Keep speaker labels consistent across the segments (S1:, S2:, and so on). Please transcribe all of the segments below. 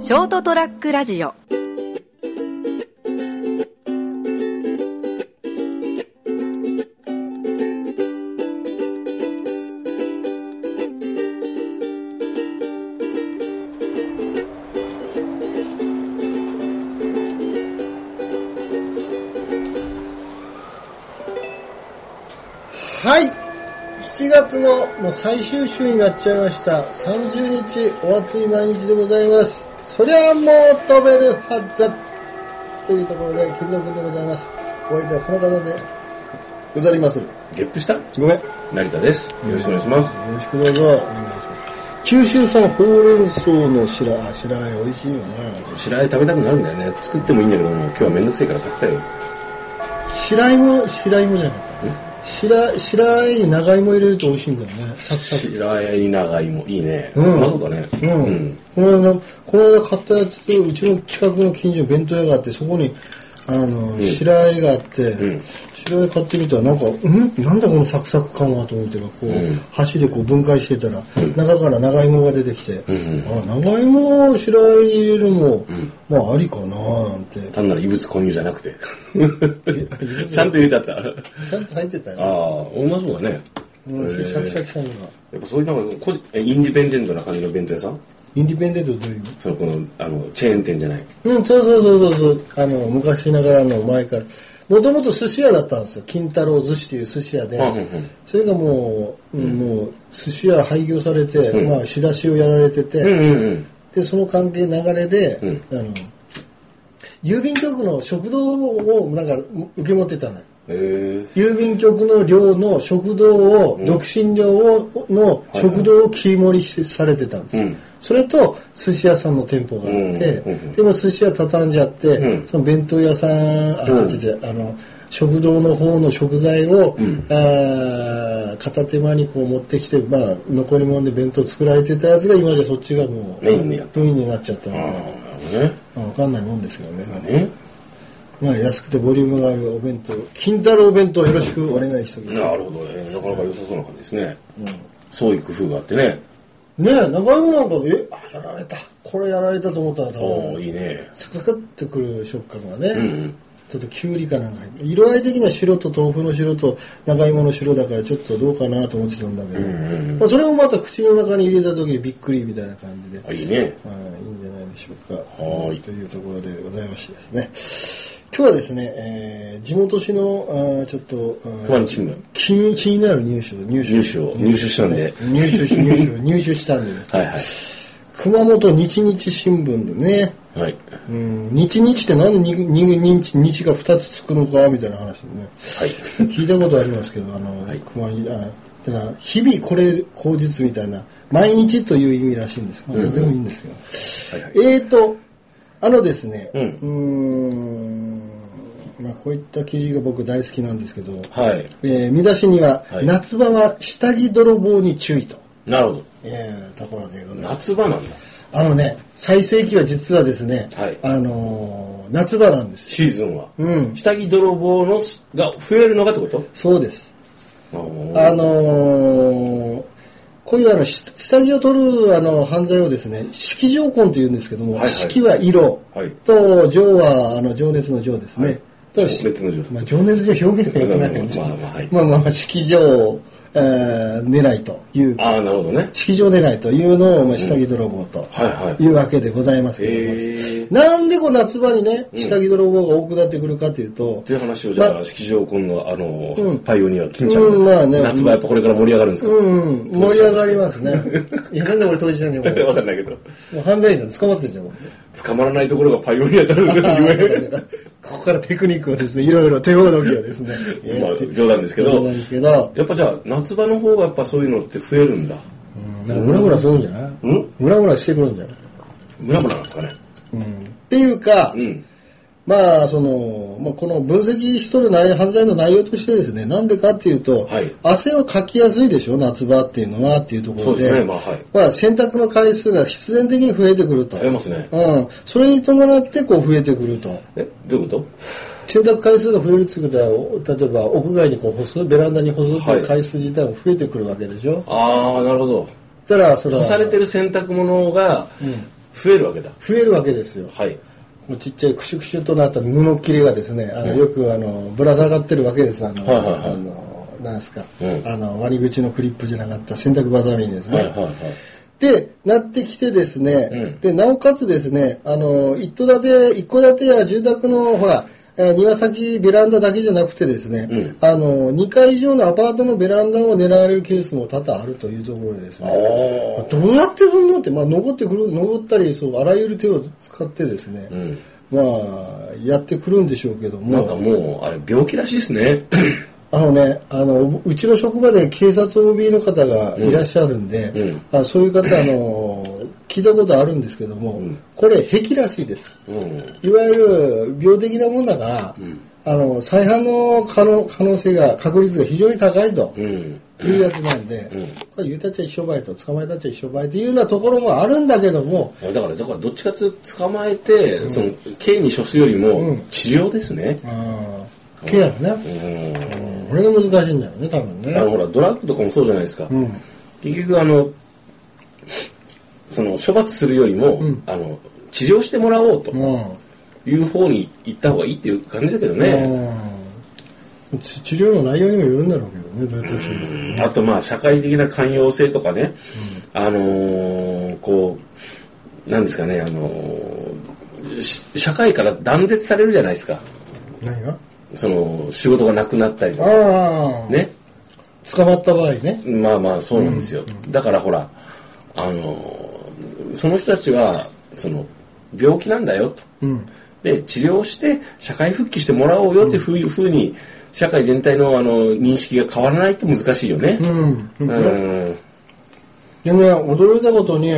S1: ショートトラックラジオ
S2: はい7月のもう最終週になっちゃいました30日お暑い毎日でございますそりゃもう飛べるはずというところで金蔵君でございますお相手はこの方でござりまする
S3: ゲップした
S2: ごめんよ
S3: 成田です。よろしくお願いします。
S2: ろしくどうぞお願いします九州産ほうれん草の白あ白あえ美味しいよね
S3: 白あえ食べたくなるんだよね。作ってもいいんだけども、今日はめんどくせえから買ったよ。
S2: 白芋白芋じゃなかった白白あえに長芋入れると美味しいんだよねサクサク
S3: 白あえに長芋、いいね。
S2: うん
S3: うまそうだね。
S2: うんこの間、この間買ったやつと、うちの近くの近所に弁当屋があって、そこに、あの、白あえがあって、
S3: ん
S2: 白あえ買ってみたら、なんか、うんなんだこのサクサク感はと思ってば、こう、箸でこう分解してたら、中から長芋が出てきて、あ、長芋を白あえに入れるのも、まあ、ありかななんて。
S3: 単なる異物混入じゃなくて。ちゃんと入れてあった。あ
S2: ちゃんと入ってたよ。
S3: あ、うまそうだね。
S2: うん、シャキシャキさんが。
S3: やっぱそういうなんか個人、えインディペンデントな感じの弁当屋さん
S2: インディペンデントどういう
S3: その、この、あの、チェーン店じゃない。
S2: うん、そうそうそうそうそう。あの、昔ながらの前から。もともと寿司屋だったんですよ。金太郎寿司という寿司屋で。
S3: うんうんうん
S2: それがもう、うんもう、寿司屋廃業されて、まあ、仕出しをやられてて、
S3: うんうんうん。
S2: で、その関係流れで、
S3: ん
S2: あの、郵便局の食堂を、なんか、受け持ってたのよ。
S3: えー、
S2: 郵便局の寮の食堂を、独身寮をの食堂を切り盛りしてされてたんですよ、
S3: うん
S2: それと寿司屋さんの店舗があって、
S3: うんうんうん
S2: でも寿司屋畳んじゃって、
S3: うん
S2: その弁当屋さんあ、
S3: うん
S2: 違う違う違うあの食堂の方の食材を、
S3: ん
S2: あー片手間にこう持ってきて、まあ、残り物で弁当作られてたやつが今じゃそっちがもう
S3: メインになった
S2: メインになっちゃったの
S3: あ
S2: で、
S3: あ、なる
S2: まあ、分かんないもんですけどね、
S3: ほどね。
S2: まあ、安くてボリュームがあるお弁当金太郎弁当よろしくお願いしておきます
S3: ねなるほどね。なかなか良さそうな感じですね。そういう工夫があってね。
S2: ねえ、長芋なんか、え、あやられた。これやられたと思ったら多
S3: おー
S2: 分、
S3: いいね。
S2: サクサクってくる食感がね、
S3: うん
S2: ちょっときゅうりかなんか入って、色合い的には白と豆腐の白と長芋の白だからちょっとどうかなと思ってたんだけど、
S3: うん。うんうんうん。
S2: まあ、それをまた口の中に入れた時にびっくりみたいな感じで、
S3: あ、いいね。
S2: まあ、いいんじゃないでしょうか。
S3: はい
S2: というところでございましてですね。今日はですね、えー地元紙の、あーちょっと、あー
S3: 熊に新聞。
S2: 気に気になる入手、入手
S3: 入手を入手したんで
S2: 入手し、入手、入手したんでですね
S3: はいはい。
S2: 熊本日日新聞でね、
S3: はい。
S2: うん、日日ってなんでにに日日が2つつくのかみたいな話でね、
S3: はい。
S2: 聞いたことありますけど、あの、
S3: はい
S2: 熊に、あだから日々これ口実みたいな、毎日という意味らしいんです。まあ、どうでもいいんですよ。
S3: はいはい。
S2: えーと、あのですね、
S3: うん
S2: うーん、まあ、こういった記事が僕大好きなんですけど、
S3: はい。
S2: えー見出しには、
S3: はい
S2: 夏場は下着泥棒に注意と。
S3: なるほど。
S2: いうところでございます
S3: 夏場なんだ。
S2: あのね、最盛期は実はですね、
S3: はい
S2: あのー夏場なんですよ。
S3: シーズンは。
S2: うん
S3: 下着泥棒のすが増えるのがってこと
S2: そうです。
S3: あ
S2: あのーこういうあの、し下着を取るあの犯罪をですね、色情婚って言うんですけども、
S3: はいはい
S2: 色は色、
S3: はい
S2: と情はあの情熱の情ですね。
S3: はい
S2: と
S3: 情熱の情
S2: まあ、情熱情表現が良くないかもしれない。
S3: まあまあはい
S2: まあまあまあ、色情、えー狙いという、
S3: あー、なるほどね。
S2: 色情狙いというのを、まあ、下着泥棒と。
S3: はいはい
S2: いうわけでございますけれども、
S3: へー
S2: なんでこう夏場にね、下着泥棒が多くなってくるかというと
S3: って、いう話をじゃ
S2: ま
S3: あ、式場今の、あの
S2: うん、
S3: パイオニア、金ちゃん
S2: うんまあね
S3: が。夏場やっぱこれから盛り上がるんです
S2: う
S3: か
S2: ん、うん、盛り上がりますね。いや、なんで俺当事者に も
S3: わかんないけど。
S2: う、もう犯罪者に捕まってるじゃん、もう。
S3: 捕まらないところがパイオニアだ ろう
S2: あーそう
S3: ね、
S2: だねここからテクニックをですね、いろいろ手ほどきをですね。
S3: まあ冗談ですけど
S2: 冗談ですけど。
S3: やっぱじゃあ、夏場の方がやっぱそういうのって増えるんだ。
S2: なんかムラムラするんじゃない
S3: うん
S2: ムラムラしてくるんじゃない
S3: ムラムラなんですかね。
S2: うん。っていうか、
S3: うん。
S2: まあ、その、まあ、この分析しとる内容犯罪の内容としてですね、なんでかっていうと、
S3: はい
S2: 汗をかきやすいでしょ、夏場っていうのはっていうとこ
S3: そ
S2: ろ
S3: う
S2: で、
S3: ですね、まあはい。
S2: まあ、洗濯の回数が必然的に増えてくると。
S3: 増えますね。
S2: うん。それに伴って、こう、増えてくると。
S3: え、どういうこと
S2: 洗濯回数が増えるってことは、例えば、屋外にこう、干す、ベランダに干すっていう回数自体も増えてくるわけでしょ。
S3: ああ、なるほど。
S2: だから、それは。
S3: 干されてる洗濯物が、増えるわけだ。
S2: 増えるわけですよ。
S3: はい。
S2: もうちっちゃいクシュクシュとなった布切れがですね、あの
S3: うん
S2: よくあのぶら下がってるわけです。あの、
S3: はいはいはい
S2: あのなんすか、
S3: うん
S2: あの割り口のクリップじゃなかった洗濯バサミにですね。
S3: はいはいはい。
S2: で、なってきてですね、
S3: うん
S2: で、なおかつですね、あの、一戸建て、一戸建てや住宅の、ほら、えー庭先、ベランダだけじゃなくてですね、
S3: うん
S2: あの、2階以上のアパートのベランダを狙われるケースも多々あるというところでです
S3: ああ
S2: ね、どうやってそんのって、まあ、登ってくる、登ったり、そう、あらゆる手を使ってですね、
S3: うん。
S2: まあ、やってくるんでしょうけど
S3: なんか
S2: も、
S3: もう、あれ、病気らしいですね。
S2: あのね、あの、うちの職場で警察 OB の方がいらっしゃるんで、
S3: うん
S2: あそういう方、あの、聞いたことあるんですけども、
S3: ん
S2: これ、癖らしいです。
S3: うん。
S2: いわゆる病的なもんだから、
S3: ん
S2: あの、再犯の可能可能性が、確率が非常に高いと
S3: うん。
S2: いうやつなんで、
S3: うん
S2: これ言うたっちゃ一緒ばいと、捕まえたっちゃ一緒ばいっていうようなところもあるんだけども、
S3: だから、だからどっちかというと捕まえて、その、刑に処すよりも
S2: ん、
S3: 治療ですね。
S2: あーケアね、
S3: うん。
S2: うんこれが難しいんだよね、多分
S3: あの、
S2: ね。
S3: ほら、ドラッグとかもそうじゃないですか。
S2: うん
S3: 結局、あの、その、処罰するよりも、
S2: ん
S3: あの、治療してもらおうと
S2: うん
S3: いう方に行った方がいいっていう感じだけどね。
S2: うん治治療の内容にもよるんだろうけどね、どうやって治療する
S3: あとまあ社会的な寛容性とかね、あのーこうなんですかねあのーし社会から断絶されるじゃないですか
S2: 何が
S3: その仕事がなくなったりとか
S2: ああ、
S3: ね
S2: 捕まった場合ね。
S3: まあまあそうなんですよ、だからほらあのーその人たちはその病気なんだよと
S2: うん。
S3: で治療して社会復帰してもらおうよっていうふういうふうに社会全体のあの認識が変わらないと難しいよね
S2: うん。
S3: うん
S2: でね、驚いたことに、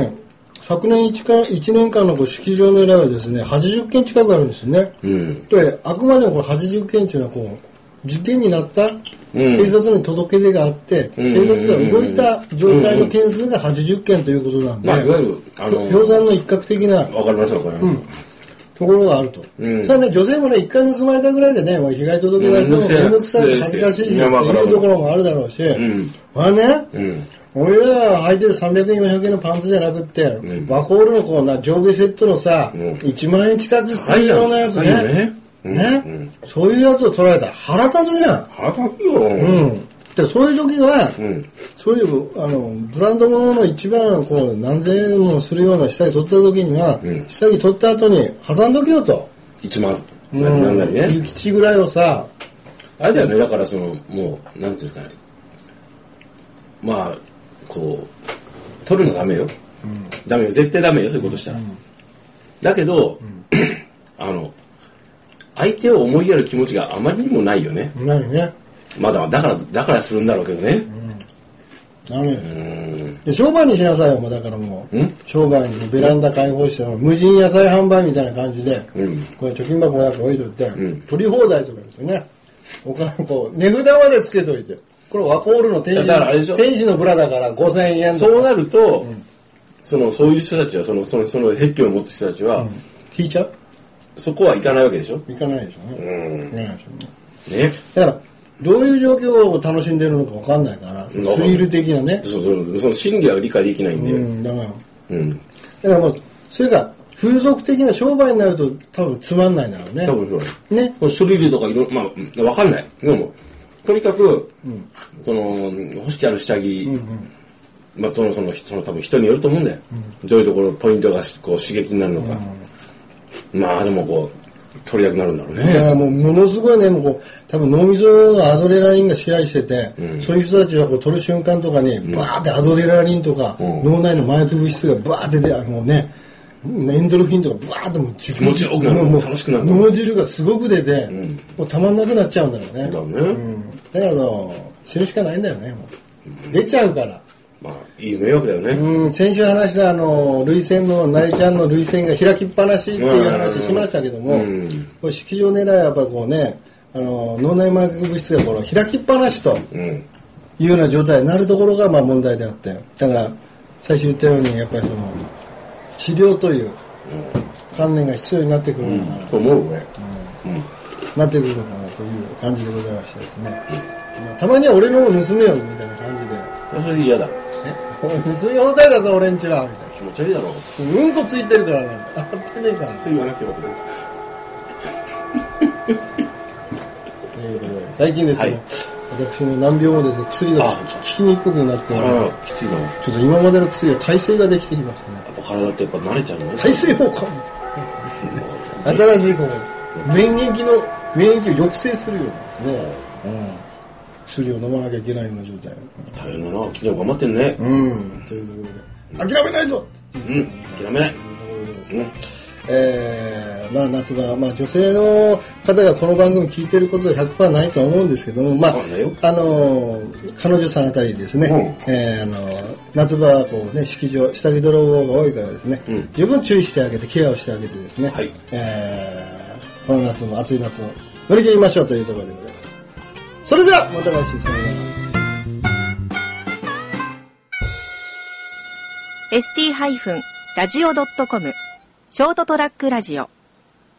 S2: 昨年 1, か1年間のこう式場の依頼はですね、80件近くあるんですよね。
S3: うん
S2: で、あくまでもこれ80件っていうのはこう、事件になった警察に届け出があって、
S3: うん
S2: 警察が動いた状態の件数が80件ということなんで、
S3: まあ、いわゆる、あの、
S2: 氷山の一角的な
S3: わかりました、わかりまし
S2: ところがあると。
S3: うん
S2: それはね、女性もね、一回盗まれたぐらいでね、まあ、被害届出しても面倒くさいし、恥ずかしいしっていうところもあるだろうし、
S3: ん
S2: まあね、
S3: た。うん。
S2: 俺らが履いてる300円、400円のパンツじゃなくって、ワコールのこうな上下セットのさ、
S3: ん
S2: 1万円近くす
S3: 高い
S2: る
S3: じゃん
S2: ようなやつ
S3: 高いよ
S2: ね
S3: ね。うん
S2: ね、
S3: うん
S2: そういうやつを取られたら腹立つじゃん。
S3: 腹立つよ。
S2: う
S3: うん。
S2: ん。で、そういう時は、
S3: うん。
S2: そういう、あの、ブランド物の一番、こう、何千円もするような下着取った時には、
S3: ん
S2: 下着取った後に挟んどけよと。
S3: 一万、
S2: うん
S3: なんなり
S2: 諭
S3: ね。
S2: 吉ぐらいをさ、
S3: あれだよね、だからその、もう、なんていうんですかね。まあ、こう、取るのダメよ。ダメよ。絶対ダメよ、そういうことしたら。だけど、 あの、相手を思いやる気持ちがあまりにもないよね。
S2: 何ね、
S3: まだ、だから、だからするんだろうけどね。
S2: ダメよ
S3: うん。
S2: で商売にしなさいよ、もうだからもう
S3: うん。
S2: 商売にベランダ開放して、無人野菜販売みたいな感じで、
S3: うん。
S2: これ貯金箱500置いといて、
S3: ん
S2: 取り放題とかですよね。お金こう、値札までつけといて。これワコールの天使
S3: だからあれでし
S2: の
S3: ょ
S2: 天使のブラだから5000円とか
S3: そうなると、そのそういう人たちはそのそのその癖を持つ人たちは、
S2: 引いちゃう
S3: そこはいかないわけでしょ。
S2: いかないでしょうね。
S3: ん
S2: いかないでしょうね。
S3: ね。
S2: だから、どういう状況を楽しんでるのかわかんないから、スリール的なね。
S3: そうそうその心理は理解できないん
S2: う
S3: で。うん。
S2: ん、だから。だからもう、それが風俗的な商売になると多分つまんないんだろうね
S3: 多。分そう
S2: ね。
S3: この処理類とかいろまあうんわかんない。でもとにかく、その欲しきある下着、まあそのそのその多分人によると思うんだよ。どういうところポイントがこう刺激になるのか。まあでもこう取りたくなるんだろう
S2: だか
S3: ね。
S2: らもうものすごいね、もうこう多分脳みそのアドレナリンが支配してて、そういう人たちはこう取る瞬間とかに、バーってアドレナリンとか、
S3: ん
S2: 脳内の麻薬物質がバーって出あのね、エンドルフィンとかバーってもう気
S3: 持ちよくなる楽しくなる
S2: 脳汁がすごく出て、もうたまんなくなっちゃうんだろうね。
S3: だろうね
S2: うんだからあの死ぬしかないんだよね、もう出ちゃうから。
S3: まあいい迷惑だよね。
S2: うん、先週話したあの、涙腺の、なりちゃんの涙腺が開きっぱなしっていう話しましたけども、
S3: うん
S2: これ式場狙いはやっぱりこうね、あの、脳内麻薬物質がこの開きっぱなしと
S3: うん
S2: いうような状態になるところがまあ問題であって、だから、最初言ったように、やっぱりその、治療という観念が必要になってくるのかな、
S3: と思う俺。うん
S2: なってくるのかなという感じでございましてですね。まあたまには俺のを盗めよみたいな感じで、
S3: それ嫌だ。
S2: えおい盗み放題だぞ、俺んちはみたいな。
S3: 気持ち悪いだろうっ
S2: うんこついてるからなんだ。当たってねえか。
S3: て言わなくてよかったね
S2: えーとね、最近ですね、
S3: はい
S2: 私の難病もですね、薬が
S3: あ
S2: 効きにくくなって、
S3: あららきついなや
S2: ちょっと今までの薬は耐性ができてきましたね。
S3: っぱ体ってやっぱ慣れちゃうのね
S2: 耐性方向新しいこの免疫の、免疫を抑制するようなですね、うん、薬を飲まなきゃいけないような状態。
S3: 大変だな君ちゃん頑張ってるね
S2: うん、というところで、諦めないぞ
S3: うん諦めないうん
S2: えーまあ夏場、まあ女性の方がこの番組聞いてることは100%ないとは思うんですけども、まあ
S3: そうだよ、
S2: あのー彼女さんあたりですね、
S3: うん
S2: えーあのー夏場はこうね、式場、下着泥棒が多いからですね、
S3: うん
S2: 十分注意してあげて、ケアをしてあげてですね、
S3: はい
S2: えーこの夏も暑い夏を乗り切りましょうというところでございます。それでは、また来週、さようなら。
S1: ST-radio.com ショートトラックラジオ